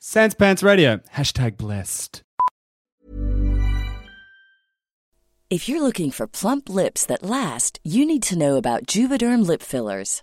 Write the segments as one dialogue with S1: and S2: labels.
S1: Sans Pants Radio. Hashtag blessed.
S2: If you're looking for plump lips that last, you need to know about Juvederm lip fillers.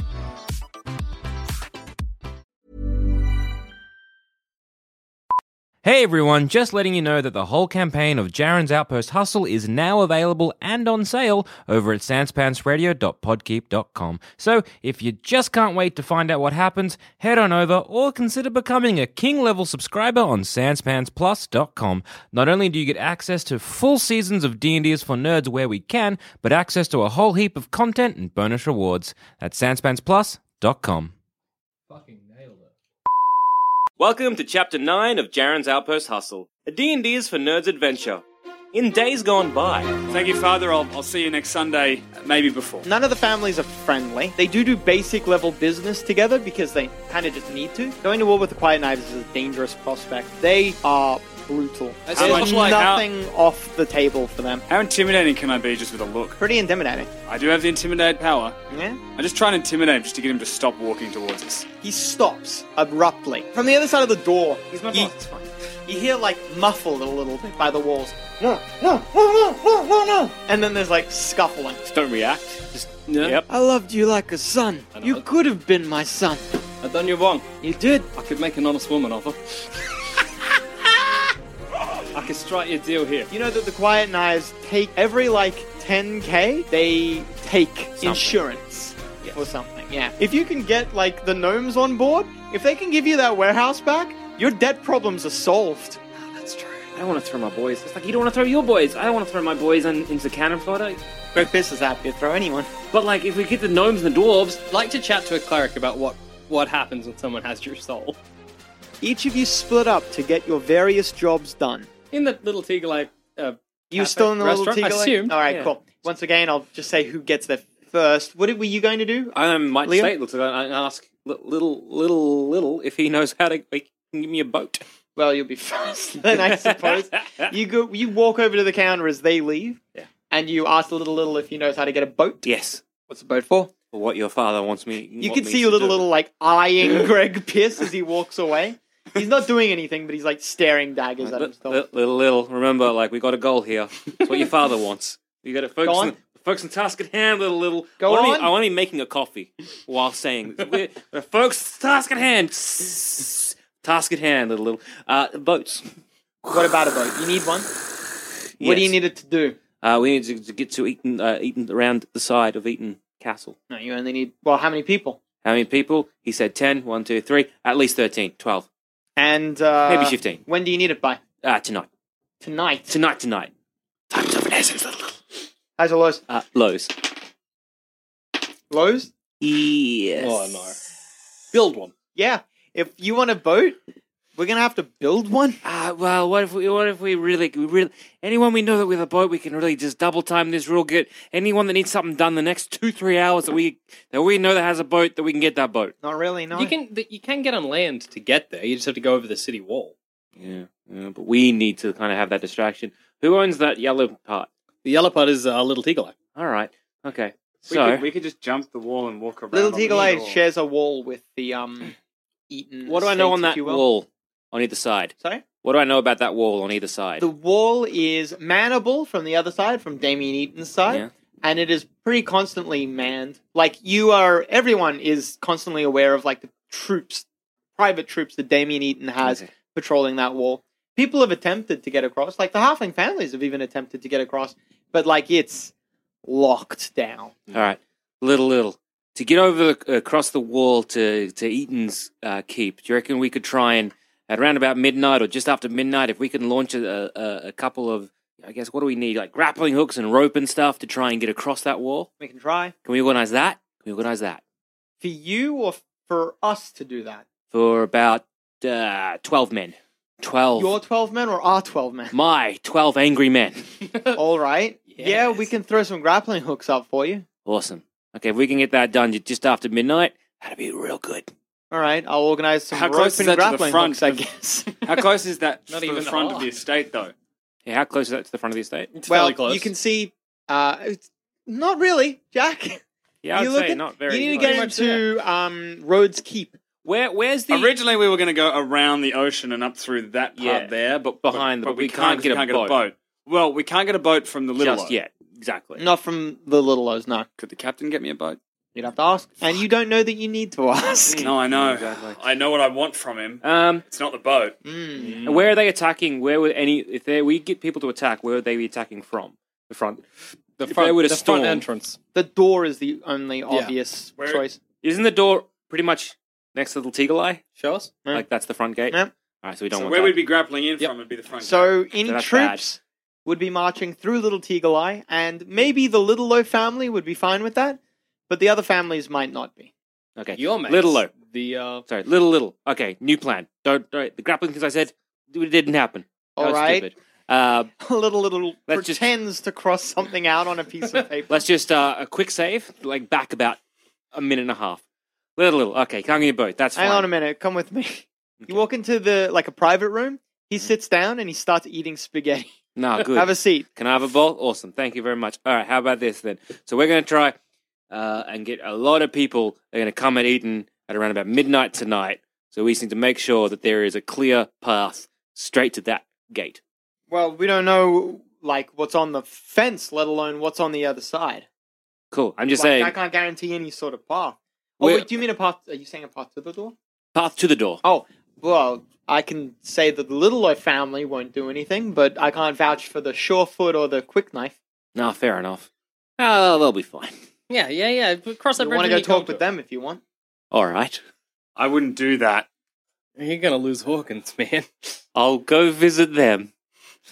S3: Hey everyone, just letting you know that the whole campaign of Jaren's Outpost Hustle is now available and on sale over at sanspantsradio.podkeep.com. So if you just can't wait to find out what happens, head on over or consider becoming a king level subscriber on sanspantsplus.com. Not only do you get access to full seasons of D&Ds for Nerds where we can, but access to a whole heap of content and bonus rewards at sanspantsplus.com. Welcome to Chapter 9 of Jaren's Outpost Hustle, a D&D is for nerds adventure. In days gone by,
S1: Thank you, Father. I'll, I'll see you next Sunday, maybe before.
S4: None of the families are friendly. They do do basic level business together because they kind of just need to. Going to war with the Quiet Knives is a dangerous prospect. They are brutal.
S1: That's
S4: There's
S1: much like how-
S4: nothing off the table for them.
S1: How intimidating can I be just with a look?
S4: Pretty intimidating.
S1: I do have the intimidate power.
S4: Yeah.
S1: I just try and intimidate him just to get him to stop walking towards us.
S4: He stops abruptly from the other side of the door. He's
S1: my
S4: you,
S1: boss,
S4: It's fine. You hear like muffled a little bit by the walls. No, no, no, no, no, no, no. And then there's like scuffling.
S1: Just don't react. Just yep.
S4: I loved you like a son.
S1: I know.
S4: You could have been my son.
S1: I done you wrong.
S4: You did.
S1: I could make an honest woman offer. I could strike you a deal here.
S4: You know that the Quiet Knives take every like 10k, they take insurance or something. Yeah. If you can get like the gnomes on board, if they can give you that warehouse back, your debt problems are solved.
S5: That's true. I don't want to throw my boys. It's like you don't want to throw your boys. I don't want to throw my boys in, into cannon fodder.
S4: Greg Piss is happy to throw anyone.
S5: But like, if we get the gnomes and the dwarves,
S6: I'd like to chat to a cleric about what what happens when someone has your soul.
S4: Each of you split up to get your various jobs done.
S6: In the little Teagle, like, uh,
S4: You
S6: cafe
S4: still in the
S6: restaurant,
S4: little
S6: I
S4: teagle?
S6: assume.
S4: All right,
S5: yeah.
S4: cool. Once again, I'll just say who gets there first. What were you going to do?
S5: I um, might
S4: Liam?
S5: say it looks like I I ask li- little, little, little if he knows how to like, give me a boat.
S4: Well, you'll be first then, I suppose. you go. You walk over to the counter as they leave,
S5: Yeah.
S4: and you ask the little little if he knows how to get a boat.
S5: Yes,
S4: What's a boat for?
S5: for what your father wants me.
S4: You
S5: want
S4: can
S5: me
S4: see
S5: to
S4: little
S5: do.
S4: little like eyeing Greg Pierce as he walks away. He's not doing anything, but he's like staring daggers at
S5: Li-
S4: himself.
S5: li- little, little, remember, like we got a goal here. It's what your father wants. You got to focus
S4: Go
S5: on,
S4: on.
S5: focus on task at hand, little, little.
S4: Go
S5: I wanna
S4: on.
S5: Be, I want to be making a coffee while saying this. We're, we're focus task at hand. task at hand, little, little. Uh, boats.
S4: What about a boat? You need one. What do you
S5: Yes.
S4: need it to do?
S5: Uh, we need to, to get to Eaton, uh, Eaton around the side of Eaton Castle.
S4: No, you only need. Well, how many people?
S5: How many people? He said 10, 1, 2, 3, at least 13, 12.
S4: And uh,
S5: Maybe 15.
S4: When do you need it by?
S5: Uh, tonight.
S4: Tonight.
S5: Tonight, tonight. Times of an essence, little, little.
S4: Highs or lows?
S5: Uh, Lowe's.
S4: Lows.
S5: Yes.
S6: Oh, no. Build one.
S4: Yeah. If you want a boat, we're gonna have to build one.
S5: Ah, well, what if we, what if we really, we really, anyone we know that with a boat, we can really just double time this real good. Anyone that needs something done the next two, three hours that we, that we know that has a boat, that we can get that boat.
S4: Not really. No.
S6: You can th- you can get on land to get there. You just have to go over the city wall.
S5: Yeah, yeah, but we need to kind of have that distraction. Who owns that yellow part?
S6: The yellow part is uh, Little Teagle.
S5: All right, okay.
S1: We,
S5: so,
S1: could, we could just jump the wall and walk around.
S4: Little
S1: on the
S4: Teagle Eye
S1: wall.
S4: shares a wall with the um, Eaton.
S5: what do I know
S4: Estates,
S5: on
S4: if
S5: that
S4: you will.
S5: wall on either side?
S4: Sorry.
S5: What do I know about that wall on either side?
S4: The wall is mannable from the other side, from Damien Eaton's side,
S5: Yeah.
S4: and it is pretty constantly manned. Like you are, everyone is constantly aware of like the troops, private troops that Damien Eaton has
S5: Okay.
S4: patrolling that wall. People have attempted to get across, like the halfling families have even attempted to get across, but like it's locked down.
S5: All right, little little to get over the, across the wall to to Eaton's uh, keep. Do you reckon we could try and at around about midnight or just after midnight, if we can launch a, a, a couple of I guess what do we need like grappling hooks and rope and stuff to try and get across that wall?
S4: We can try
S5: Can we organize that? Can we organize that
S4: for you or for us to do that.
S5: for about uh, twelve men? Twelve.
S4: Your twelve men or our twelve men?
S5: my twelve angry men.
S4: All right. Yeah, we
S6: Yes.
S4: can throw some grappling hooks up for you.
S5: Awesome. Okay, if we can get that done just after midnight, that'd be real good.
S4: All right, I'll organize some
S1: How
S4: rope
S1: close is
S4: and
S1: that to the
S4: grappling
S1: front
S4: hooks, I
S1: of-
S4: guess.
S1: How close is that
S6: Not
S1: to
S6: even
S1: the front of
S6: half.
S1: the estate, though?
S5: Yeah, how close is that to the front of the estate?
S6: It's
S4: well,
S6: fairly close.
S4: you can see. Uh, it's not really, Jack.
S5: Yeah, I'd
S4: you
S5: say
S4: at-
S5: not very.
S4: You need to
S5: close.
S4: get into um, Rhodes Keep.
S5: Where, where's the
S1: Originally, we were going to go around the ocean and up through that part
S5: Yeah.
S1: there, but
S5: Behind the-
S1: but, but
S5: but
S1: we,
S5: we
S1: can't,
S5: can't get a
S1: a boat. Well, we can't get a boat from the little.
S5: just
S1: O.
S5: yet? Exactly.
S4: Not from the Little O's, no.
S1: Could the captain get me a boat?
S4: You'd have to ask. And you don't know that you need to ask.
S1: No, I know.
S5: Mm. Exactly.
S1: I know what I want from him.
S5: Um,
S1: It's not the boat.
S4: Mm.
S5: where are they attacking? Where would any if they we get people to attack? Where would they be attacking from? The front.
S6: the
S5: if
S6: front,
S5: they were to
S6: the
S5: storm-
S6: front entrance.
S4: The door is the only obvious
S1: Where-
S4: choice.
S5: Isn't the door pretty much next to the Teagle Eye?
S6: Show us.
S4: Yeah.
S5: Like that's the front gate.
S4: Yeah.
S5: All right, so we don't
S1: So
S5: want
S1: where
S5: that.
S1: we'd be grappling in
S6: Yep.
S1: from would be the front.
S4: So any
S5: So that's
S4: troops would be marching through Little Teagle Eye, and maybe the Little Low family would be fine with that, but the other families might not be.
S5: okay.
S6: Your mates.
S5: Little low.
S6: The uh,
S5: Sorry, little little. Okay, new plan. Don't, don't the grappling things I said it didn't happen. That
S4: All
S5: was
S4: right.
S5: Stupid. Uh,
S4: little little
S5: Let's just-
S4: pretends to cross something out on a piece of paper.
S5: Let's just uh, a quick save, like back about a minute and a half. Little little. Okay, can't get your boat. That's
S4: Hang
S5: fine.
S4: on a minute, come with me. You walk into the like a private room. He sits down and he starts eating spaghetti.
S5: No, Mm-hmm. Ah, good.
S4: Have a seat.
S5: Can I have a bowl? Awesome. Thank you very much. All right. How about this then? So we're going to try uh, and get a lot of people. They're going to come at Eton at around about midnight tonight. So we just need to make sure that there is a clear path straight to that gate.
S4: Well, we don't know like what's on the fence, let alone what's on the other side.
S5: Cool. I'm just
S4: Like, I
S5: saying,
S4: can't guarantee any sort of path. Oh
S5: We're-
S4: wait, do you mean a path? Are you saying a path to the door?
S5: path to the door.
S4: Oh, well, I can say that the Little Littlelow family won't do anything, but I can't vouch for the Surefoot or the Quick Knife.
S5: No, fair enough. Oh, they'll be fine.
S6: yeah, yeah, yeah. But Cross that
S4: You
S6: bridge.
S4: want to
S6: when
S4: go
S6: you come
S4: talk with
S6: it.
S4: them if you want.
S5: All right.
S1: I wouldn't do that.
S6: You're gonna lose Hawkins, man.
S5: I'll go visit them.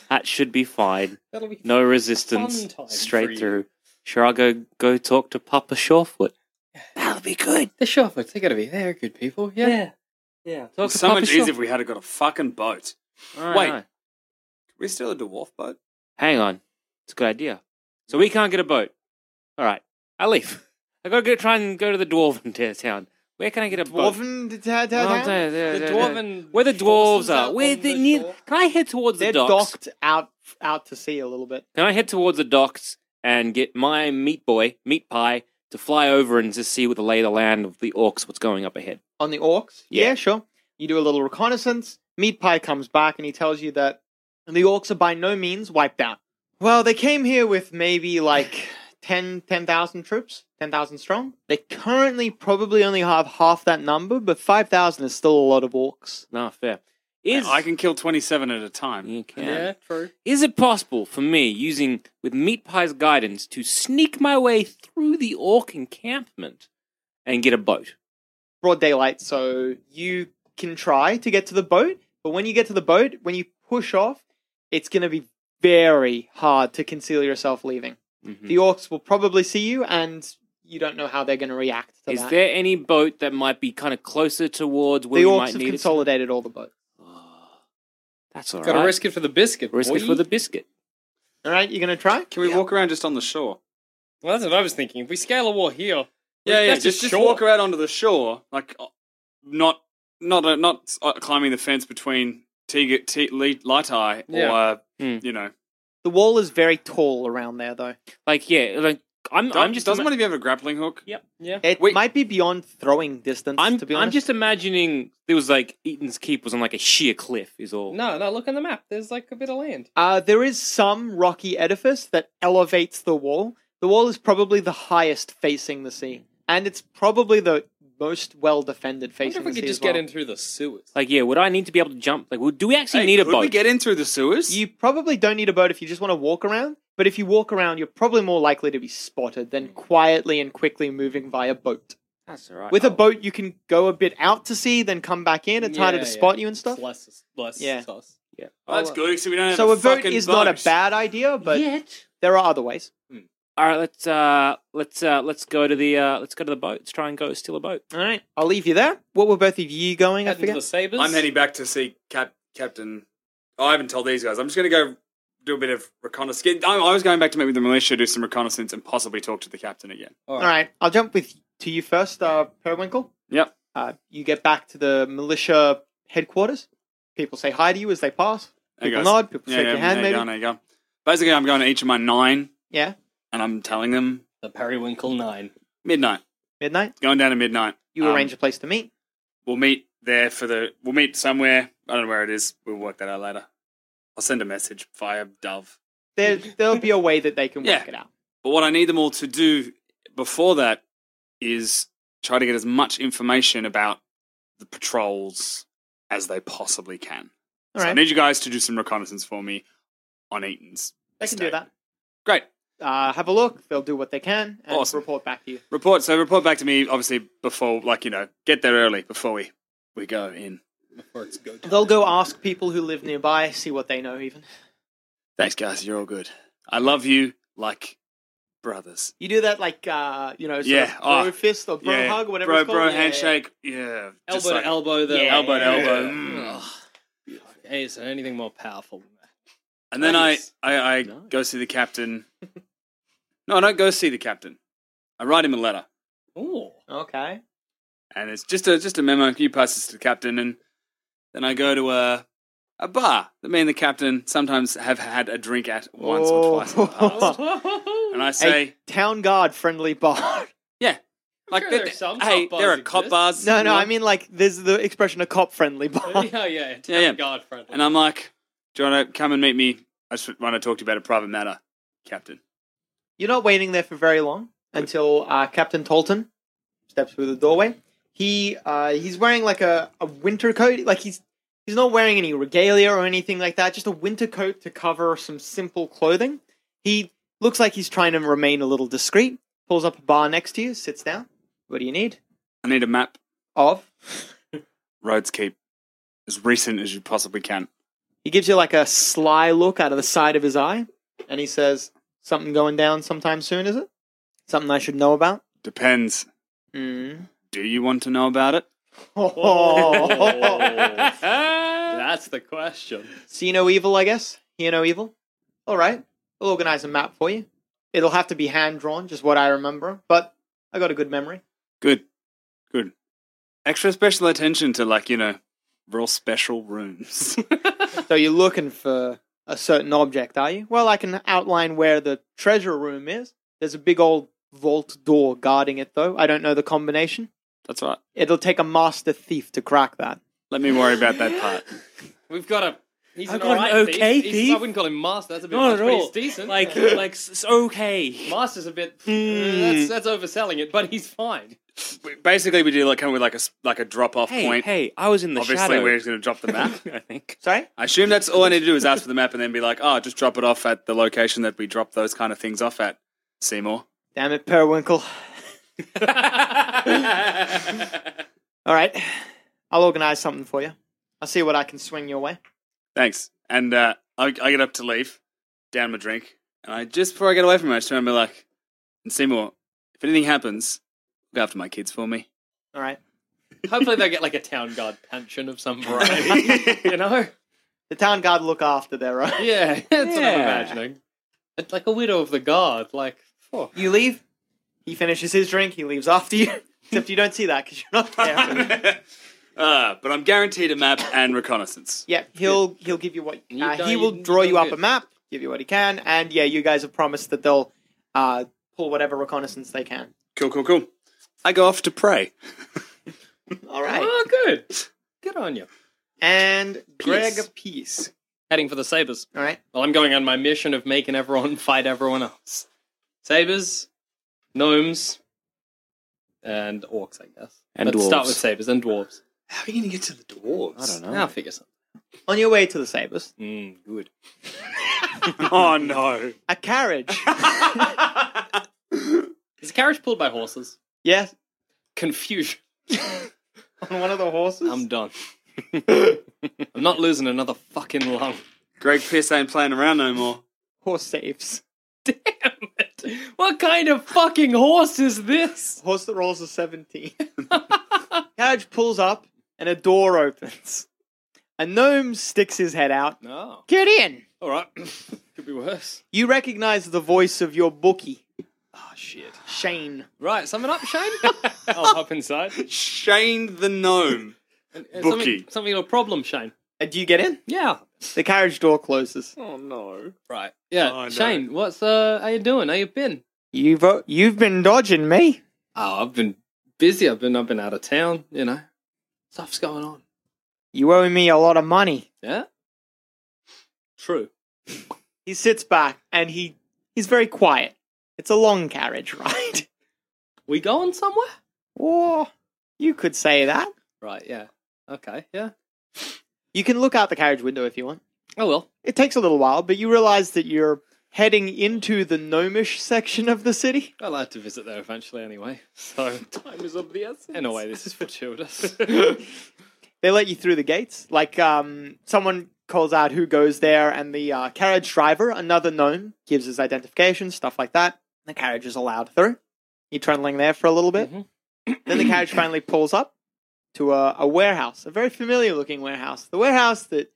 S5: That should be fine.
S6: That'll be
S5: No
S6: Fun
S5: resistance.
S6: time for
S5: Straight
S6: you.
S5: through. Sure, I'll go, go talk to Papa Shorefoot. Now gotta be good.
S6: The Sharflocks, they gotta be. They're good people. Yeah.
S5: yeah.
S1: It was so much easier if we had got a fucking boat. Wait.
S5: Wait,
S1: we steal a dwarf boat?
S5: hang on. It's a good idea. So we can't get a boat. All right, I leave. I gotta go try and go to the dwarven t- town. Where can I get a boat?
S4: Dwarven t- t-
S5: Oh,
S4: town?
S5: there, there,
S6: The
S5: there,
S6: dwarven
S5: where the
S6: horses
S5: dwarves
S6: are
S5: are. Where
S6: on
S5: the
S6: the
S5: near,
S6: shore.
S5: can I head towards
S4: They're
S5: the docks?
S4: docked out out to sea a little bit.
S5: Can I head towards the docks and get my meat boy, meat pie, to fly over and just see what the lay of the land of the orcs, what's going up ahead?
S4: on the orcs.
S5: Yeah.
S4: Yeah. sure. You do a little reconnaissance. Meat Pie comes back and he tells you that the orcs are by no means wiped out. Well, they came here with maybe like 10 10,000 troops, 10,000 strong. They currently probably only have half that number, but 5,000 is still a lot of orcs.
S5: Nah, fair. Is
S1: I can kill 27 at a time.
S5: You can.
S6: Yeah, true.
S5: Is it possible for me, using with meat pie's guidance, to sneak my way through the orc encampment and get a boat?
S4: Broad daylight, so you can try to get to the boat, but when you get to the boat, when you push off, it's going to be very hard to conceal yourself leaving.
S5: Mhm.
S4: the orcs will probably see you and you don't know how they're going to react to
S5: Is
S4: that.
S5: there any boat that might be kind of closer towards
S4: the
S5: where we
S4: orcs
S5: might
S4: have
S5: need it?
S4: consolidated all the boats.
S5: That's all right.
S6: Gotta risk it for the biscuit.
S5: Risk it
S6: boy.
S5: for the biscuit.
S4: All right, you're going to try?
S1: Can we walk around just on the shore?
S6: Well, that's what I was thinking. If we scale a wall here,
S1: Yeah, yeah.
S6: that's
S1: Just, just
S6: short.
S1: walk around onto the shore, like uh, not not uh, not uh, climbing the fence between Tig T- Le- Light Eye or
S6: Yeah.
S1: uh,
S5: Hmm.
S1: you know.
S4: The wall is very tall around there, though.
S5: Like, yeah, like I'm. I'm
S1: Don't-
S5: just
S1: doesn't
S5: ima-
S1: one of you have a grappling hook?
S5: Yep.
S6: Yeah.
S4: It
S1: Wait.
S4: might be beyond throwing distance,
S5: I'm,
S4: to be honest.
S5: I'm just imagining there was like Eaton's Keep was on like a sheer cliff, is all.
S6: No, no, look on the map. There's like a bit of land.
S4: Uh, there is some rocky edifice that elevates the wall. The wall is probably the highest facing the sea, and it's probably the most well defended
S6: I wonder
S4: facing
S6: if we
S4: the sea.
S6: could
S4: as
S6: just get
S4: well.
S6: in through the sewers.
S5: Like, yeah, would I need to be able to jump? Like, would, do we actually
S1: Hey,
S5: need a
S1: could
S5: boat?
S1: we get in through the sewers?
S4: You probably don't need a boat if you just want to walk around, but if you walk around, you're probably more likely to be spotted
S6: Hmm.
S4: than quietly and quickly moving via boat.
S5: That's all right.
S4: With a
S6: Oh.
S5: I'll-
S4: boat, you can go a bit out to sea, then come back in. It's harder to spot you and stuff.
S6: It's less, less
S4: Yeah.
S6: sauce.
S5: Yeah.
S1: Oh, that's good. So we don't have
S4: So a boat
S1: fucking
S4: is not a
S1: boat.
S4: bad idea, but
S5: Yet.
S4: there are other ways.
S5: All right, let's uh, let's uh, let's go to the uh, let's go to the boat. Let's try and go steal a boat.
S4: All right, I'll leave you there. What were both of you going? I
S6: Head into
S4: forget.
S6: the sabers.
S1: I'm heading back to see Cap- Captain. Oh, I haven't told these guys. I'm just going to go do a bit of reconnaissance. I, I was going back to meet with the militia, do some reconnaissance, and possibly talk to the captain again.
S4: All right, I'll jump with to you first, uh, Perwinkle.
S1: Yep.
S4: Uh, you get back to the militia headquarters. People say hi to you as they pass.
S1: Hey,
S4: People
S1: guys.
S4: nod. People
S1: Yeah,
S4: shake
S1: yeah,
S4: your hand.
S1: there
S4: Maybe.
S1: You go, there you go. Basically, I'm going to each of my nine,
S4: Yeah.
S1: and I'm telling them
S6: The periwinkle nine.
S1: midnight.
S4: Midnight.
S1: Going down to midnight.
S4: You
S1: Um,
S4: arrange a place to meet.
S1: We'll meet there for the. We'll meet somewhere. I don't know where it is. We'll work that out later. I'll send a message via Dove.
S4: There, there'll be a way that they can work
S1: Yeah.
S4: it out.
S1: But what I need them all to do before that is try to get as much information about the patrols as they possibly can.
S4: All
S1: so I
S4: right,
S1: need you guys to do some reconnaissance for me on Eaton's.
S4: they can do
S1: estate.
S4: that.
S1: Great.
S4: Uh, have a look. They'll do what they can and
S1: Awesome.
S4: report back to you.
S1: Report. So report back to me, obviously, before, like, you know, get there early before we, we go in.
S6: Before it's go time.
S4: They'll go ask people who live nearby, see what they know. Even
S1: Thanks, guys. You're all good. I love you like brothers.
S4: you do that, like uh, you know, sort
S1: Yeah,
S4: of bro
S1: oh,
S4: fist or bro
S1: yeah.
S4: hug, whatever.
S1: Bro,
S4: it's called.
S1: bro,
S4: Yeah, yeah, yeah.
S1: handshake. Yeah. just
S6: Elbow
S1: like-
S6: to elbow. The
S4: Yeah.
S1: Elbow to
S4: Yeah.
S1: elbow. Mm.
S6: Mm. Hey, is there anything more powerful than that?
S1: And then I,
S6: Nice.
S1: I, I
S6: Nice.
S1: go see the captain. no, I don't go see the captain. I write him a letter,
S6: Ooh.
S4: Okay.
S1: and it's just a just a memo. You pass this to the captain, and then I go to a a bar that me and the captain sometimes have had a drink at once
S4: Oh.
S1: or twice. in the past.
S6: Oh,
S1: and I say,
S4: A town guard friendly bar.
S1: yeah, like
S6: sure
S1: there-
S6: there's some
S1: hey,
S6: cop
S1: there are
S6: bars
S1: cop
S6: exist.
S1: bars.
S4: no, no,
S1: and
S4: I mean like there's the expression a cop friendly bar.
S6: yeah, yeah, town
S1: Yeah, yeah.
S6: guard friendly.
S1: and I'm like, do you want to come and meet me? I just want to talk to you about a private matter, captain.
S4: You're not waiting there for very long until uh, Captain Tolton steps through the doorway. He uh, he's wearing like a, a winter coat, like he's he's not wearing any regalia or anything like that. Just a winter coat to cover some simple clothing. He looks like he's trying to remain a little discreet. Pulls up a bar next to you, sits down. What do you need?
S1: I need a map.
S4: Of
S1: Roads keep as recent as you possibly can.
S4: he gives you like a sly look out of the side of his eye, and he says, "Something going down sometime soon, is it? Something I should know about?"
S1: Depends. Do you want to know about it?
S4: Oh.
S6: That's the question.
S4: See no evil, I guess. Hear no evil. All right. I'll organize a map for you. It'll have to be hand drawn, just what I remember, but I got a good memory.
S1: Good. Good. Extra special attention to like, you know, real special rooms.
S4: So you're looking for a certain object, are you? Well, I can outline where the treasure room is. There's a big old vault door guarding it, though. I don't know the combination.
S1: That's right.
S4: It'll take a master thief to crack that.
S1: Let me worry about that part.
S6: We've got a. He's
S5: I've
S6: an
S5: got an
S6: alright
S5: okay
S6: thief. He's- I
S5: thief.
S6: wouldn't call him master. That's a bit
S5: Not
S6: much,
S5: at
S6: but
S5: all.
S6: he's decent.
S5: Like, like Hmm. it's okay.
S6: master's a bit. uh, That's that's overselling it, but he's fine.
S1: We- Basically, we do like come with like a s- like a drop off
S5: Hey,
S1: point.
S5: hey, I was in the
S1: Obviously,
S5: shadow.
S1: we're just going to drop the map.
S5: I think.
S4: Sorry?
S1: I assume that's all I need to do is ask for the map and then be like, oh, just drop it off at the location that we drop those kind of things off at, Seymour.
S4: Damn it, Periwinkle. All right. I'll organize something for you. I'll see what I can swing your way.
S1: Thanks. And uh, I, I get up to leave, down my drink, and I just before I get away from her, I just turn and be like, and Seymour, if anything happens, look after my kids for me.
S4: All right.
S6: Hopefully, they'll get like a town guard pension of some variety. you know?
S4: The town guard look after their own.
S6: Yeah, that's what I'm
S5: Yeah.
S6: imagining. It's like a widow of the guard. Like, oh.
S4: You leave. He finishes his drink. He leaves after you. Except you don't see that because you're not there.
S1: Uh, but I'm guaranteed a map and reconnaissance.
S4: yeah, he'll he'll give you what
S6: You
S4: uh,
S6: don't-
S4: he
S6: you
S4: will
S6: don't
S4: draw you up
S6: get-
S4: a map, give you what he can, and yeah, you guys have promised that they'll uh, pull whatever reconnaissance they can.
S1: Cool, cool, cool. I go off to pray.
S4: All right.
S6: oh, good. Good on you.
S4: And Greg,
S6: Peace. peace. Heading for the sabers.
S4: all right.
S6: Well, I'm going on my mission of making everyone fight everyone else. Sabers, gnomes, and orcs, I guess.
S5: And
S6: Let's start
S5: dwarves.
S6: with sabers and dwarves.
S1: How are we going to get to the dwarves?
S5: I don't know.
S6: I'll figure something.
S4: On your way to the Sabres,
S6: Mm, good.
S1: Oh no!
S4: a carriage.
S6: Is a carriage pulled by horses?
S4: yes,
S6: Confusion.
S4: on one of the horses.
S6: I'm done. I'm not losing another fucking lung.
S1: Greg Pierce ain't playing around no more.
S4: Horse saves.
S6: Damn it! What kind of fucking horse is this?
S4: Horse that rolls a 17. Carriage pulls up and a door opens. A gnome sticks his head out.
S6: No.
S4: Get in!
S6: All right. Could be worse.
S4: You recognize the voice of your bookie, Ah,
S6: Oh shit.
S4: Shane.
S6: Right, summon up, Shane. I'll hop inside.
S1: Shane the gnome.
S6: Uh,
S1: Bookie.
S6: Something, something of a problem, Shane.
S4: Uh, do you get in?
S6: Yeah.
S4: The carriage door closes.
S1: Oh no!
S6: Right. Yeah.
S1: Oh, no.
S6: Shane, what's uh? How you doing? How you been?
S4: You've, uh, you've been dodging me.
S6: Oh, I've been busy. I've been I've been out of town. You know, stuff's going on.
S4: You owe me a lot of money.
S6: Yeah. True.
S4: He sits back and he he's very quiet. It's a long carriage ride.
S6: We going somewhere?
S4: or you could say that.
S6: Right. Yeah. Okay. Yeah.
S4: You can look out the carriage window if you want.
S6: Oh well.
S4: It takes a little while, but you realize that you're heading into the gnomish section of the city.
S6: I'll have to visit there eventually anyway. So time is of the essence. In a way, this is fortuitous.
S4: They let you through the gates. Like um, someone calls out who goes there, and the uh, carriage driver, another gnome, gives his identification, stuff like that. The carriage is allowed through. You're trundling there for a little bit. then the carriage finally pulls up to a, a warehouse, a very familiar looking warehouse. The warehouse that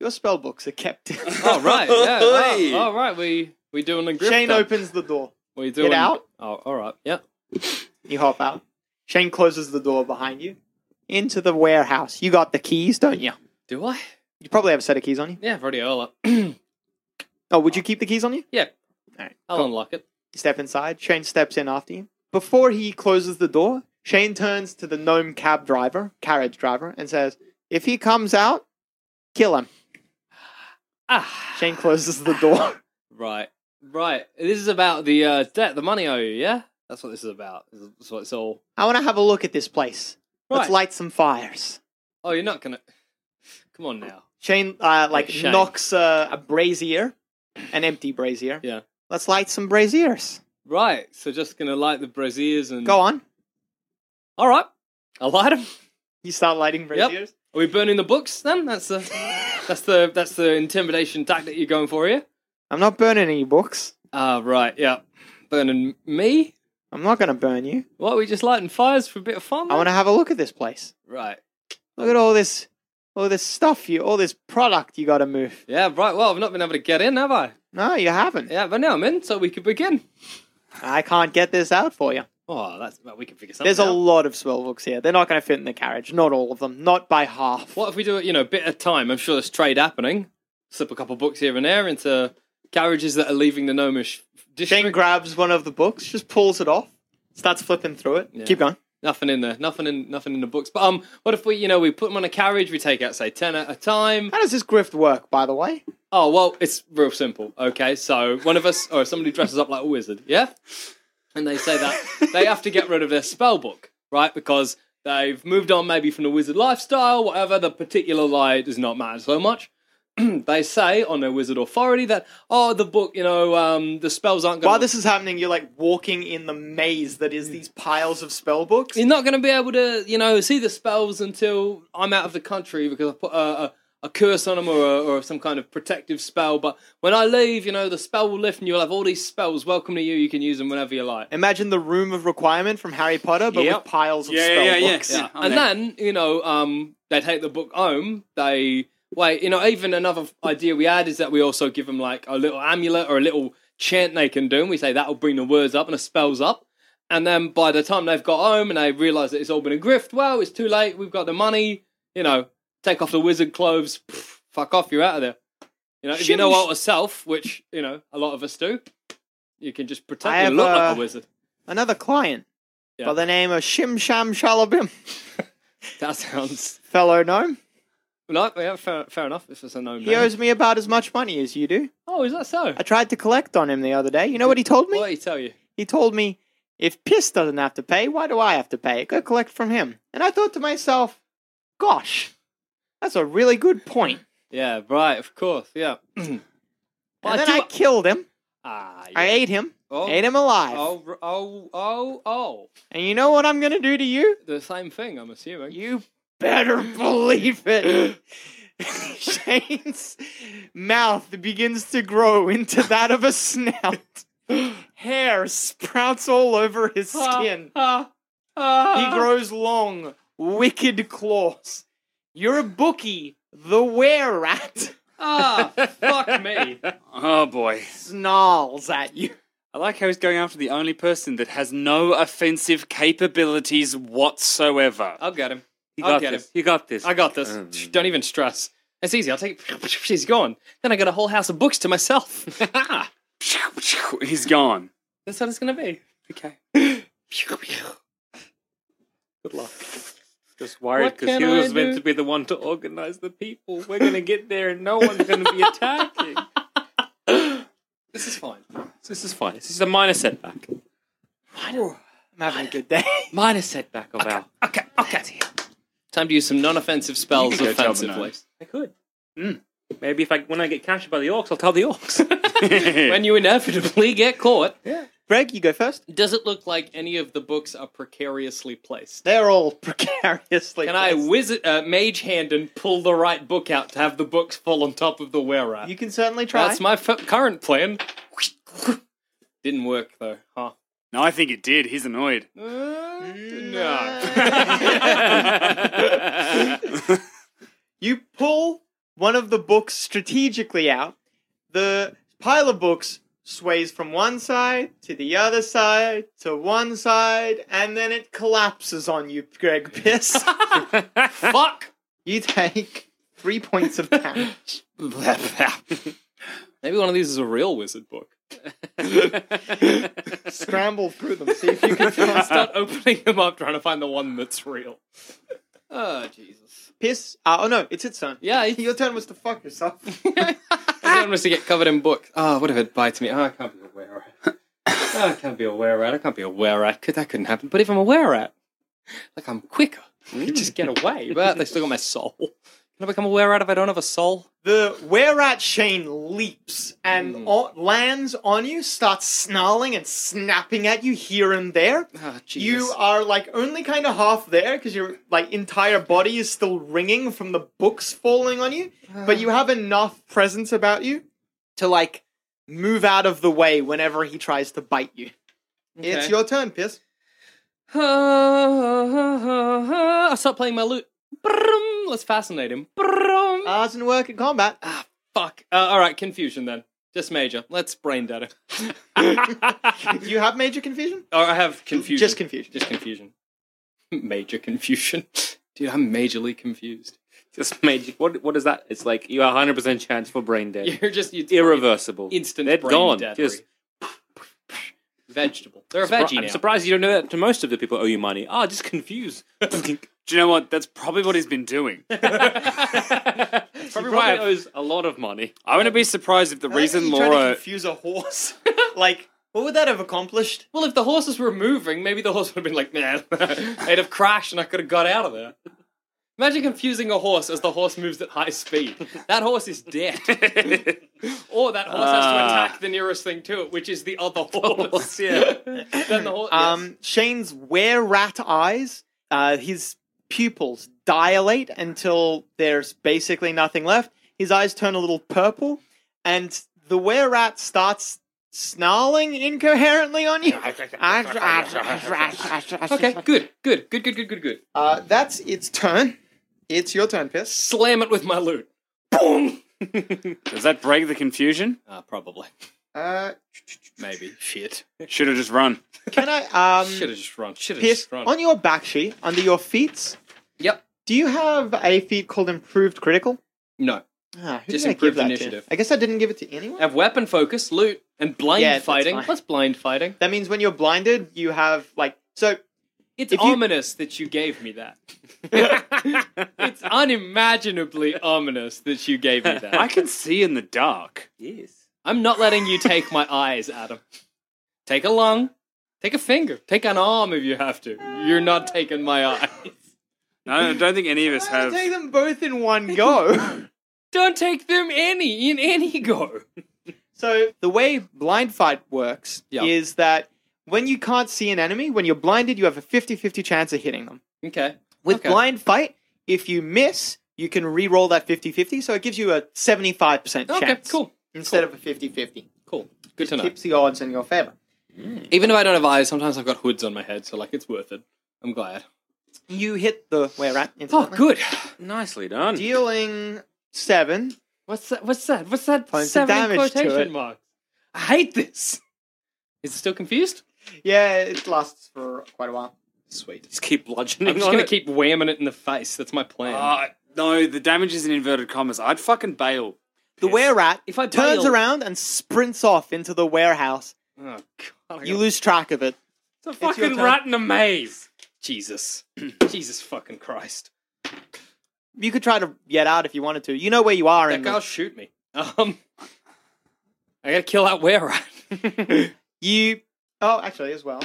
S4: your spell books are kept in.
S6: oh right. Yeah.
S1: Oi.
S6: Oh, all right. We we doing a grip.
S4: Shane
S6: then.
S4: opens the door.
S6: We doing
S4: out.
S6: Oh, all right. Yeah.
S4: You hop out. Shane closes the door behind you. Into the warehouse. You got the keys, don't you?
S6: Do I?
S4: You probably have a set of keys on you.
S6: Yeah. I've already all up.
S4: Oh, would you keep the keys on you?
S6: yeah.
S4: All right.
S6: I'll unlock it.
S4: You step inside. Shane steps in after you. Before he closes the door, Shane turns to the gnome cab driver, carriage driver, and says, If he comes out, kill him.
S6: Ah.
S4: Shane closes the door.
S6: Right, right. This is about the uh, debt, the money I owe you. Yeah, that's what this is about. That's what it's all.
S4: I want to have a look at this place. Let's
S6: Right.
S4: light some fires.
S6: Oh, you're not gonna. Come on now.
S4: Shane, uh, like,
S6: Shane.
S4: knocks uh, a brazier, an empty brazier.
S6: Yeah.
S4: Let's light some braziers.
S6: Right. So just gonna light the braziers and
S4: Go on.
S6: All right. I'll light them.
S4: You start lighting braziers.
S6: Are we burning the books then? That's the that's the that's the intimidation tactic you're going for here.
S4: I'm not burning any books.
S6: Ah, right. Yeah. Burning me.
S4: I'm not going to burn you.
S6: What, we just lighting fires for a bit of fun?
S4: I want to have a look at this place.
S6: Right.
S4: Look at all this, all this stuff you, all this product you got to move.
S6: Yeah, right. Well, I've not been able to get in, have I?
S4: No, you haven't.
S6: Yeah, but now I'm in, so we can begin.
S4: I can't get this out for you.
S6: Oh, that's well, we can figure something
S4: There's a
S6: out.
S4: lot of spell books here. They're not going to fit in the carriage. Not all of them. Not by half.
S6: What if we do it, you know, a bit of time? I'm sure there's trade happening. Slip a couple books here and there into carriages that are leaving the gnomish district.
S4: Shane grabs one of the books, just pulls it off, starts flipping through it.
S6: Yeah.
S4: Keep going.
S6: Nothing in there. Nothing in nothing in the books. But um, what if we, you know, we put them on a carriage? We take out say ten at a time.
S4: How does this grift work, by the way?
S6: Oh well, it's real simple. Okay, so one of us or somebody dresses up like a wizard, yeah, and they say that they have to get rid of their spell book, right? Because they've moved on maybe from the wizard lifestyle, whatever. The particular lie does not matter so much. they say on their wizard authority that oh, the book, you know, um, the spells aren't going.
S4: While this is happening, you're like walking in the maze that is these piles of spell books.
S6: You're not going to be able to, you know, see the spells until I'm out of the country because I put a, a, a curse on them or, a, or some kind of protective spell. But when I leave, you know, the spell will lift and you'll have all these spells welcome to you. You can use them whenever you like.
S4: Imagine the room of requirement from Harry Potter, but
S6: Yep.
S4: with piles of
S1: Yeah,
S4: spell
S1: yeah, yeah,
S4: books.
S1: yeah. I'm
S6: and
S1: there.
S6: then you know um, they take the book home they wait you know even another idea we had is that we also give them like a little amulet or a little chant they can do and we say that'll bring the words up and the spells up and then by the time they've got home and they realize that it's all been a grift well it's too late we've got the money you know take off the wizard clothes pff, fuck off you're out of there you know if you know out of self which you know a lot of us do you can just pretend
S4: I
S6: you
S4: have,
S6: look like
S4: uh,
S6: a wizard
S4: Another client
S6: Yeah.
S4: by the name of Shim Sham Shalabim,
S6: that sounds
S4: fellow gnome.
S6: no, yeah, fair, fair enough. If it's a known
S4: He
S6: name.
S4: owes me about as much money as you do.
S6: Oh, is that so?
S4: I tried to collect on him the other day. Uh, You know what he told me?
S6: What did he tell you?
S4: He told me, if Piss doesn't have to pay, why do I have to pay? Go collect from him. And I thought to myself, gosh, that's a really good point.
S6: Yeah, right, of course, yeah. But
S4: and
S6: I
S4: then I
S6: do-
S4: killed him.
S6: Ah, yeah.
S4: I ate him.
S6: Oh.
S4: Ate him alive.
S6: Oh, r- oh, oh, oh.
S4: And you know what I'm going to do to you?
S6: The same thing, I'm assuming.
S4: You better believe it. Shane's mouth begins to grow into that of a snout. Hair sprouts all over his skin.
S6: Ah,
S4: He grows long, wicked claws. You're a bookie, the were rat
S6: ah, fuck me.
S1: Oh boy.
S4: snarls at you.
S1: I like how he's going after the only person that has no offensive capabilities whatsoever.
S6: I'll get him.
S5: You
S6: I'll
S5: got
S6: get him.
S5: this. You got this.
S6: I got this.
S5: Um.
S6: Shh, Don't even stress. It's easy. I'll take. She's gone. Then I got a whole house of books to myself. That's
S1: He's gone.
S6: what it's gonna be.
S1: Okay.
S6: Good luck.
S5: Just worried
S6: What
S5: because
S6: can
S5: he
S6: I
S5: was meant
S6: do?
S5: to be the one to organize the people. We're going to get there and no one's going to be attacking.
S6: This is fine.
S5: This is fine. This is a minor setback.
S4: I'm having a good day.
S5: Minor setback of our.
S6: Okay, okay. Time to use some non-offensive spells
S1: You can go tell the
S6: offensively.
S1: gnomes.
S5: I could. Maybe if I when I get captured by the orcs, I'll tell the orcs.
S6: when you inevitably get caught,
S4: Greg, you go first.
S6: does it look like any of the books are precariously placed?
S4: They're all precariously.
S6: Can I
S4: placed.
S6: wizard uh, mage hand and pull the right book out to have the books fall on top of the wearer?
S4: You can certainly try.
S6: That's my f- current plan. Didn't work though, huh?
S1: No, I think it did. He's annoyed.
S4: Uh, You pull one of the books strategically out. The pile of books sways from one side to the other side to one side, and then it collapses on you, Greg Piss.
S6: Fuck.
S4: you take three points of damage.
S6: Maybe one of these is a real wizard book.
S4: Scramble through them, see if you can find
S6: Start opening them up, trying to find the one that's real. Oh Jesus!
S4: Piss. Uh, oh no, it's its turn.
S6: Yeah, it's-
S4: your turn was to fuck yourself.
S6: I don't want to get covered in books. Oh, what if it bites me? Oh, I can't be a were rat. Oh, I can't be a were rat. I can't be a were rat. Could that couldn't happen? But if I'm a were rat, like I'm quicker. I can just get
S4: Hmm.
S6: away. But they still got my soul. Can I become a were rat if I don't have a soul?
S4: The were-rat Shane leaps and o- lands on you, starts snarling and snapping at you here and there.
S6: Ah, Jesus.
S4: you are like only kind of half there because your like entire body is still ringing from the books falling on you, but you have enough presence about you to like move out of the way whenever he tries to bite you. It's
S6: Okay.
S4: your turn, Piers.
S6: I start playing my lute. Brum, Let's fascinate him. Brum.
S4: Ours and work in combat.
S6: Ah, fuck. Uh, all right, confusion then. Just major. Let's brain dead it.
S4: you have major confusion?
S6: Or I have confusion.
S4: Just confusion.
S6: Just confusion. Major confusion. Dude, I'm majorly confused.
S5: Just made you, what? What is that? It's like you are hundred percent chance for brain dead.
S6: You're just you
S5: Irreversible.
S6: Instant
S5: They're
S6: brain
S5: gone.
S6: death.
S5: Just
S6: vegetable. They're a
S5: Surpri-
S6: veggie
S5: I'm
S6: now.
S5: surprised you don't know that to most of the people who owe you money. Oh, just confused.
S1: Do you know what? That's probably what he's been doing.
S5: probably,
S1: why I-
S5: owes a lot of money.
S1: I wouldn't be surprised if the reason
S4: You're trying to
S5: uh,
S1: Laura.
S4: confuse a horse. like, what would that have accomplished?
S6: Well, if the horses were moving, maybe the horse would have been like, nah. They'd have crashed and I could have got out of there. Imagine confusing a horse as the horse moves at high speed. That horse is dead. or that horse has to
S1: Ah.
S6: attack the nearest thing to it, which is the other horse. yeah. then the horse.
S4: Um, Shane's were rat eyes. Uh, his pupils dilate until there's basically nothing left. His eyes turn a little purple, and the were rat starts snarling incoherently on you.
S6: Okay, good, good, good, good, good, good, good.
S4: Uh, that's its turn. It's your turn, Piss.
S6: Slam it with my loot.
S1: Does that break the confusion?
S6: Ah, probably.
S4: Uh,
S6: Maybe. Shit.
S1: Should have just run.
S4: can I,
S6: Should
S4: um,
S6: have just run. Should have
S4: Piss,
S6: just run.
S4: on your back sheet, under your feats,
S6: Yep.
S4: do you have a feat called Improved Critical?
S6: No.
S4: Ah, who
S6: Just
S4: did I give
S6: improved
S4: that to?
S6: initiative.
S4: I guess I didn't give it to anyone.
S6: Have weapon focus, loot, and blind
S4: Yeah, that's
S6: fighting.
S4: fine.
S6: What's blind fighting?
S4: That means when you're blinded, you have like so.
S6: It's
S4: If you-
S6: ominous that you gave me that. it's unimaginably ominous that you gave me that.
S1: I can see in the dark.
S5: Yes.
S6: I'm not letting you take my eyes, Adam. Take a lung, take a finger, take an arm if you have to. You're not taking my eyes.
S1: No, I don't think any of us
S4: Why not
S1: have.
S4: take them both in one go.
S6: Don't take them any in any go.
S4: so the way blind fight works
S6: Yeah.
S4: is that when you can't see an enemy, when you're blinded, you have a 50-50 chance of hitting them.
S6: Okay.
S4: With
S6: Okay.
S4: blind fight, if you miss, you can re-roll that 50-50, so it gives you a 75%
S6: Okay,
S4: chance
S6: cool.
S4: instead of a 50-50.
S6: Cool. Good to know.
S4: Tips the odds in your favor.
S6: Even if I don't have eyes, sometimes I've got hoods on my head, so like it's worth it. I'm glad.
S4: You hit the where at
S6: Oh, good.
S5: Nicely done.
S4: Dealing 7
S6: What's that? What's that? What's that?
S4: Find some
S6: seven in
S4: damage to
S6: quotation
S4: it.
S6: marks. I hate this. Is it still confused?
S4: Yeah, it lasts for quite a while.
S6: Sweet.
S5: Just keep bludgeoning.
S6: I'm just
S5: on
S6: gonna
S5: it.
S6: keep whamming it in the face. That's my plan.
S1: Ah, no, the damage is in inverted commas. I'd fucking bail.
S4: The were rat
S6: If I
S4: turns
S6: bail-
S4: around and sprints off into the warehouse.
S6: oh God! I
S4: You
S6: got-
S4: lose track of it.
S5: It's a
S4: your
S5: fucking
S4: turn.
S5: rat in a maze.
S6: Jesus, Jesus fucking Christ!
S4: You could try to get out if you wanted to. You know where you are.
S6: That
S4: And
S6: guy'll shoot me. Um, I gotta kill that were rat.
S4: you. Oh, actually, as well.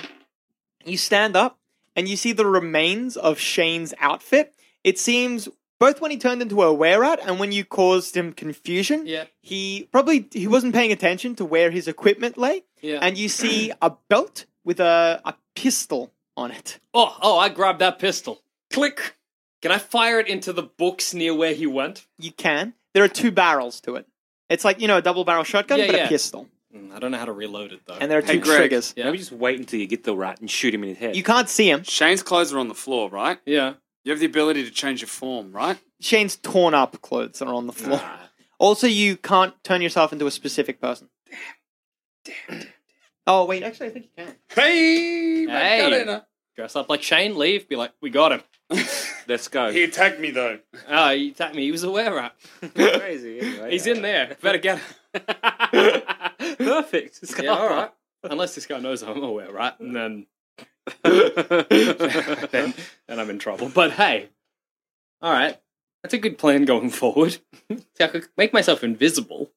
S4: You stand up and you see the remains of Shane's outfit. It seems both when he turned into a were rat and when you caused him confusion.
S6: Yeah.
S4: He probably he wasn't paying attention to where his equipment lay.
S6: Yeah.
S4: And you see a belt with a a pistol on it.
S6: oh, oh! I grabbed that pistol. Click. Can I fire it into the books near where he went?
S4: You can. There are two barrels to it. It's like you know a double barrel shotgun,
S6: Yeah,
S4: but
S6: yeah.
S4: a pistol.
S6: Mm, I don't know how to reload it though.
S4: and there are
S1: Hey,
S4: two
S1: Greg.
S4: triggers.
S6: Yeah.
S5: Maybe just wait until you get the rat and shoot him in his head.
S4: You can't see him.
S1: Shane's clothes are on the floor, right?
S6: yeah.
S1: You have the ability to change your form, right?
S4: Shane's torn up clothes are on the floor. Also, you can't turn yourself into a specific person. Damn. Damn. Oh wait, actually, I think you can.
S1: Hey,
S6: Hey, dress up like Shane. Leave. Be like, we got him.
S5: Let's go.
S1: attacked me though.
S6: Oh, he attacked me. He was a were rat.
S5: crazy. Anyway.
S6: He's in there. Better get him.
S5: Perfect. It's
S6: Yeah, all right. Unless this guy knows I'm aware, right? And then, then, then I'm in trouble. But hey, all right. That's a good plan going forward. See, I could make myself invisible,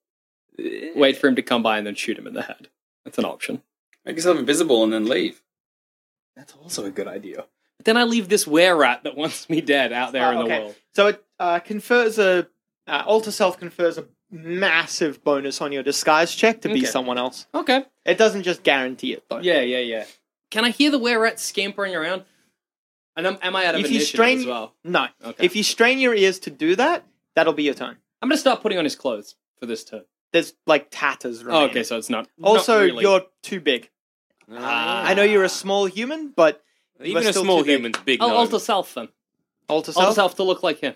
S6: wait for him to come by, and then shoot him in the head. That's an option.
S1: Make yourself invisible and then leave.
S6: That's also a good idea. But then I leave this were rat that wants me dead out there in
S4: Oh,
S6: the
S4: okay.
S6: world.
S4: So it uh, confers a uh, alter self confers a massive bonus on your disguise check to be
S6: Okay.
S4: someone else.
S6: Okay.
S4: It doesn't just guarantee it though.
S6: Yeah, yeah, yeah. Can I hear the were rat scampering around? And am, am I out of
S4: If you
S6: initiative
S4: strain,
S6: as well?
S4: no.
S6: Okay.
S4: If you strain your ears to do that, that'll be your turn.
S6: I'm going to start putting on his clothes for this turn.
S4: There's like tatters.
S6: Oh,
S4: Remaining.
S6: okay, so it's not. not
S4: Also,
S6: really-
S4: you're too big. I know you're a small human, but
S5: Ah. Even
S4: you are
S5: a
S4: still
S5: small
S4: too big.
S5: human's big.
S6: I'll
S5: gnome.
S6: alter self then.
S4: Alter
S6: Alter
S4: self.
S6: self to look like him,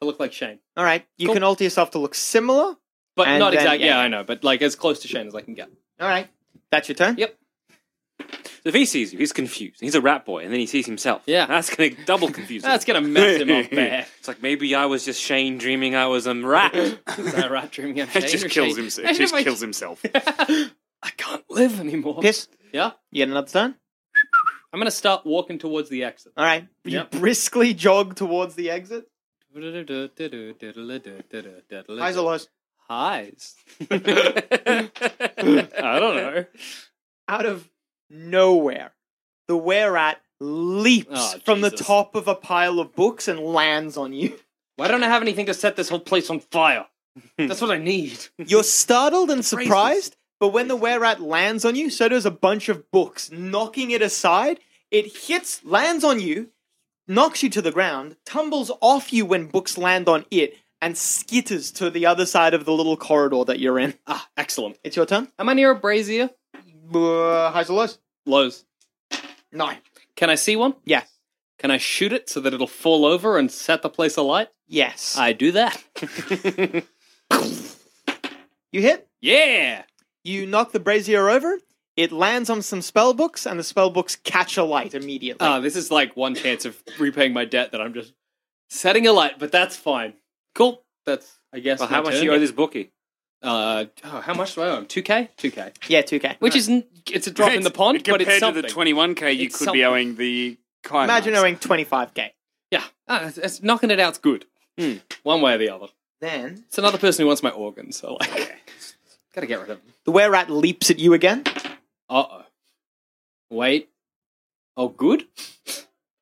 S6: to look like Shane,
S4: All right, you
S6: Cool.
S4: can alter yourself to look similar.
S6: but
S4: And
S6: not
S4: then-
S6: exactly.
S4: yeah.
S6: Yeah, I know, but like as close to Shane as I can get.
S4: All right, that's your turn.
S6: Yep.
S5: So if he sees you, he's confused. He's a rat boy, and then he sees himself.
S6: Yeah.
S5: that's gonna double confuse him.
S6: That's gonna mess him up there.
S5: It's like maybe I was just Shane dreaming I was a rat.
S6: Is that right, dreaming of
S1: It
S6: Shane
S1: just
S6: or
S1: kills
S6: Shane?
S1: himself. It just kills himself.
S6: I can't live anymore.
S4: Piss.
S6: Yeah,
S4: You get another turn.
S6: I'm gonna start walking towards the exit.
S4: All right.
S6: Yep.
S4: You briskly jog towards the exit. Highs or lows?
S6: Highs.
S5: I
S6: I don't know.
S4: Out of nowhere, the were rat leaps
S5: Ah,
S6: Oh,
S4: from the
S6: Jesus.
S4: top of a pile of books and lands on you.
S6: Why don't I have anything to set this whole place on fire? That's what I need.
S4: You're startled and surprised, but when the were rat lands on you, so does a bunch of books, knocking it aside. It hits, lands on you, knocks you to the ground, tumbles off you when books land on it, and skitters to the other side of the little corridor that you're in.
S6: Ah, excellent.
S4: It's your turn.
S6: Am I near a brazier?
S4: Uh, highs or lows?
S6: Lows.
S4: Nine.
S6: Can I see one?
S4: Yes.
S6: Can I shoot it so that it'll fall over and set the place alight?
S4: Yes.
S6: I do that.
S4: you hit.
S6: yeah.
S4: You knock the brazier over. It lands on some spell books, and the spell books catch alight immediately.
S6: Ah, this is like one chance of repaying my debt that I'm just setting alight, but that's fine. Cool. That's I guess.
S5: well, how
S6: my
S5: much
S6: turn.
S5: you owe this bookie?
S6: Uh, oh, how much do I owe him? Two k. Two k.
S4: yeah, two K.
S6: Which isn't. It's a drop in the pond, but
S1: compared
S6: it's
S1: to
S6: something.
S1: the twenty-one k, you
S6: It's
S1: could
S6: something.
S1: be owing the. Climax.
S4: Imagine owing twenty five K.
S6: Yeah. Ah, it's, it's knocking it out's good. Hmm. One way or the other.
S4: Then
S6: It's another person who wants my organs, so like, gotta get rid of them.
S4: the were rat leaps at you again.
S6: Uh oh. Wait. Oh, good.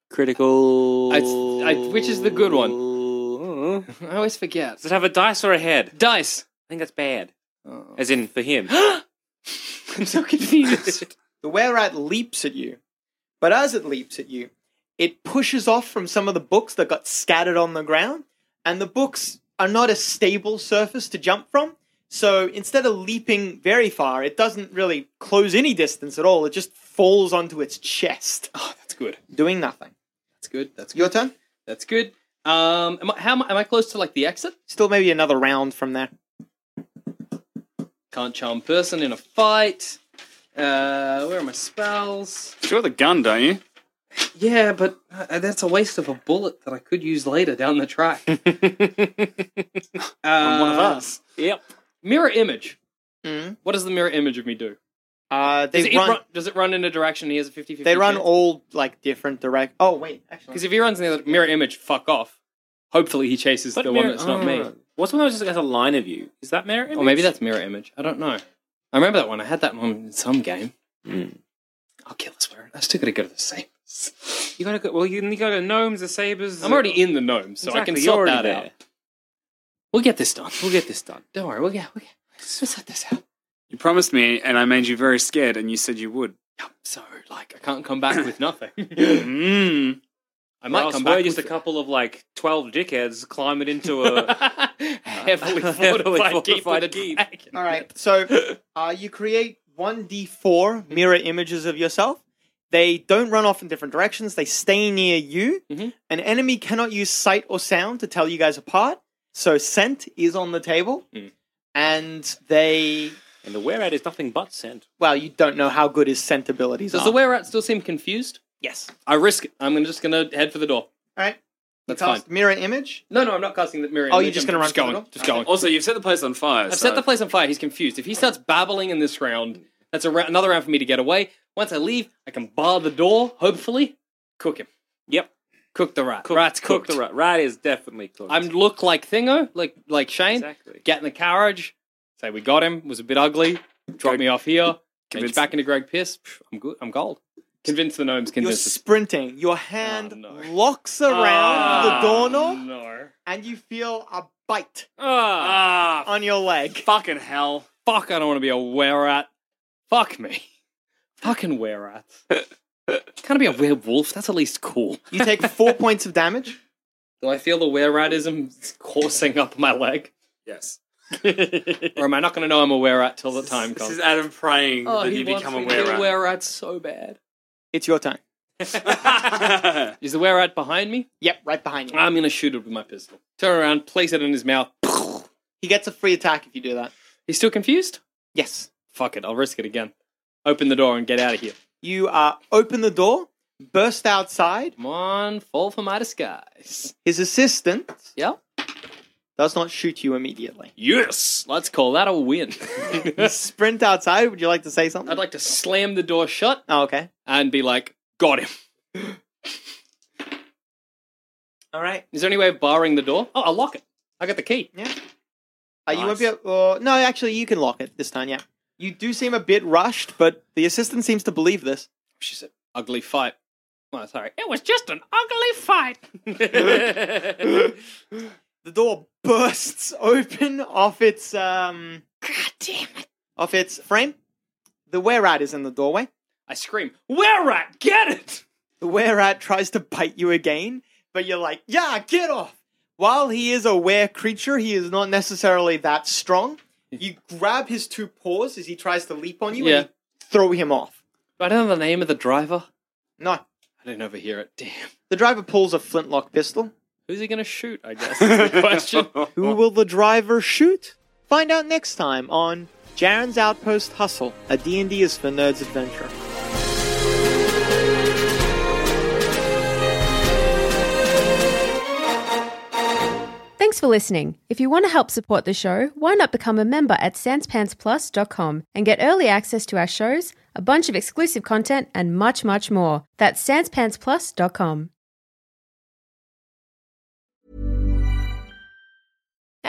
S5: Critical.
S6: I- I- which is the good one?
S5: one?
S6: I always forget.
S5: Does it have a dice or a head?
S6: Dice.
S5: I think that's bad.
S6: Oh.
S5: As in for him.
S6: I'm so confused.
S4: The were rat leaps at you, but as it leaps at you, it pushes off from some of the books that got scattered on the ground, and the books are not a stable surface to jump from. So instead of leaping very far, it doesn't really close any distance at all. It just falls onto its chest,
S6: oh, that's good.
S4: doing nothing.
S6: That's good. That's good.
S4: Your turn.
S6: That's good. Um, am I, how am I, am I close to like the exit?
S4: Still, maybe another round from there.
S6: Can't charm person in a fight. Uh, where are my spells?
S1: You got the gun, don't you?
S6: Yeah, but uh, that's a waste of a bullet that I could use later down the track. uh,
S1: I'm one of us.
S5: yep.
S6: Mirror image.
S5: Hmm?
S4: Mm.
S6: What does the mirror image of me do?
S4: Uh, they
S6: Does it,
S4: run.
S6: run, does it run in a direction he has a 50 50?
S4: they run all like different direct. Oh wait, actually,
S6: Because if he runs in the other mirror image, fuck off. Hopefully he chases the one that's
S5: oh.
S6: not me.
S5: What's the one that just has a line of you? Is that mirror?
S6: Or maybe that's mirror image. I don't know. I remember that one. I had that one in some game.
S5: Hmm.
S6: I'll kill this one. I still gotta go to the same.
S5: you gotta go. Well, you, you gotta go gnomes, the sabers.
S6: I'm already in the gnome, so I can sort that out. We'll get this done.
S5: We'll get this done.
S6: Don't worry. We'll get. We'll, get, we'll sort this out.
S1: You promised me, and I made you very scared, and you said you would.
S6: So, like, I can't come back with nothing.
S1: Mm.
S6: I might
S5: I'll
S6: come
S5: swear
S6: back
S5: just
S6: with
S5: a couple of like twelve dickheads climbing into a. Heavily
S6: heavily fortified keep with
S5: fortified
S6: a
S5: keep.
S6: dragon.
S4: All right. So uh, you create 1d4 mirror images of yourself. They don't run off in different directions. They stay near you.
S6: Mhm.
S4: An enemy cannot use sight or sound to tell you guys apart. So scent is on the table.
S6: Mm.
S4: And they.
S5: and the wear out is nothing but scent. Ah.
S4: Well, you don't know how good his scent abilities
S6: Does
S4: are.
S6: the wear rat still seem confused?
S4: yes.
S6: I risk it. I'm gonna- just gonna head for the door.
S4: All right. You
S6: That's fine.
S4: cast mirror image.
S6: No, no, I'm not casting the mirror.
S4: Oh,
S6: image.
S4: you're just
S6: I'm
S4: gonna
S6: just
S4: run for
S6: going.
S4: the door?
S6: Just going.
S1: Also, you've set the place on fire.
S6: I've set the place on fire. He's confused. If he starts babbling in this round, that's a ra- another round for me to get away. Once I leave, I can bar the door. Hopefully, cook him.
S5: Yep.
S6: Cook the rat.
S5: Cook-
S6: Rat's
S5: cook
S6: cooked.
S5: The rat. rat is definitely cooked.
S6: I'm look like Thingo, like like Shane.
S5: Exactly.
S6: Get in the carriage. Say we got him. Was a bit ugly. Drop me off here. Change
S1: Convince-
S6: back into Greg Pierce. Pff, I'm good. I'm gold. Convince the gnomes.
S4: You're
S6: Convince. the-
S4: sprinting. Your hand
S6: Oh, no. Ah.
S4: locks around the doorknob,
S6: No.
S4: and you feel a bite
S5: Ah,
S1: Ah,
S4: on your leg.
S1: fucking hell!
S6: Fuck! I don't want to be a were rat. Fuck me. Fucking were rat. Can't I be a werewolf. That's at least cool.
S4: You take four points of damage.
S6: Do I feel the were ratism coursing up my leg?
S1: Yes.
S6: or am I not going to know I'm a wererat till the time
S1: This
S6: comes?
S1: is Adam praying
S6: oh,
S1: that
S6: he,
S1: he, become a
S6: wants me to be
S1: wearer.
S6: a wererat so bad.
S4: It's your time.
S6: Is the wererat behind me?
S4: Yep, right behind you.
S6: I'm going to shoot it with my pistol. Turn around, place it in his mouth.
S4: he gets a free attack if you do that.
S6: He's still confused?
S4: Yes.
S6: Fuck it, I'll risk it again. Open the door and get out of here.
S4: You uh, open the door, burst outside.
S6: Come on, fall for my disguise.
S4: His assistant
S6: Yep.
S4: does not shoot you immediately.
S6: Yes! Let's call that a win.
S4: You sprint outside. Would you like to say something?
S6: I'd like to slam the door shut
S4: Oh, okay.
S6: and be like, got him.
S4: All right.
S6: Is there any way of barring the door? Oh, I'll lock it. I got the key.
S4: Yeah. Uh, You won't be. Able, or, no, actually, you can lock it this time. Yeah. You do seem a bit rushed, but the assistant seems to believe this.
S6: She's an ugly fight. Oh, sorry. It was just an ugly fight.
S4: The door bursts open off its um
S6: God damn it.
S4: off its frame. The were rat is in the doorway.
S6: I scream, Where rat, get it!
S4: The were rat tries to bite you again, but you're like, yeah, get off. While he is a were creature, he is not necessarily that strong. You grab his two paws as he tries to leap on you
S6: Yeah.
S4: and you throw him off.
S6: Do I don't know the name of the driver.
S4: No.
S6: I didn't overhear it. Damn.
S4: The driver pulls a flintlock pistol.
S6: Who's he going to shoot, I guess, is the question.
S4: Who will the driver shoot? Find out next time on Jaren's Outpost Hustle, a D&D is for nerds adventure.
S7: Thanks for listening. If you want to help support the show, why not become a member at sanspantsplus.com and get early access to our shows, a bunch of exclusive content, and much, much more. That's sanspantsplus.com.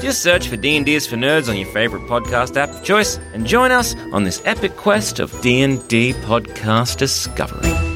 S3: Just search for D&D is for Nerds on your favorite podcast app of choice and join us on this epic quest of D&D podcast discovery.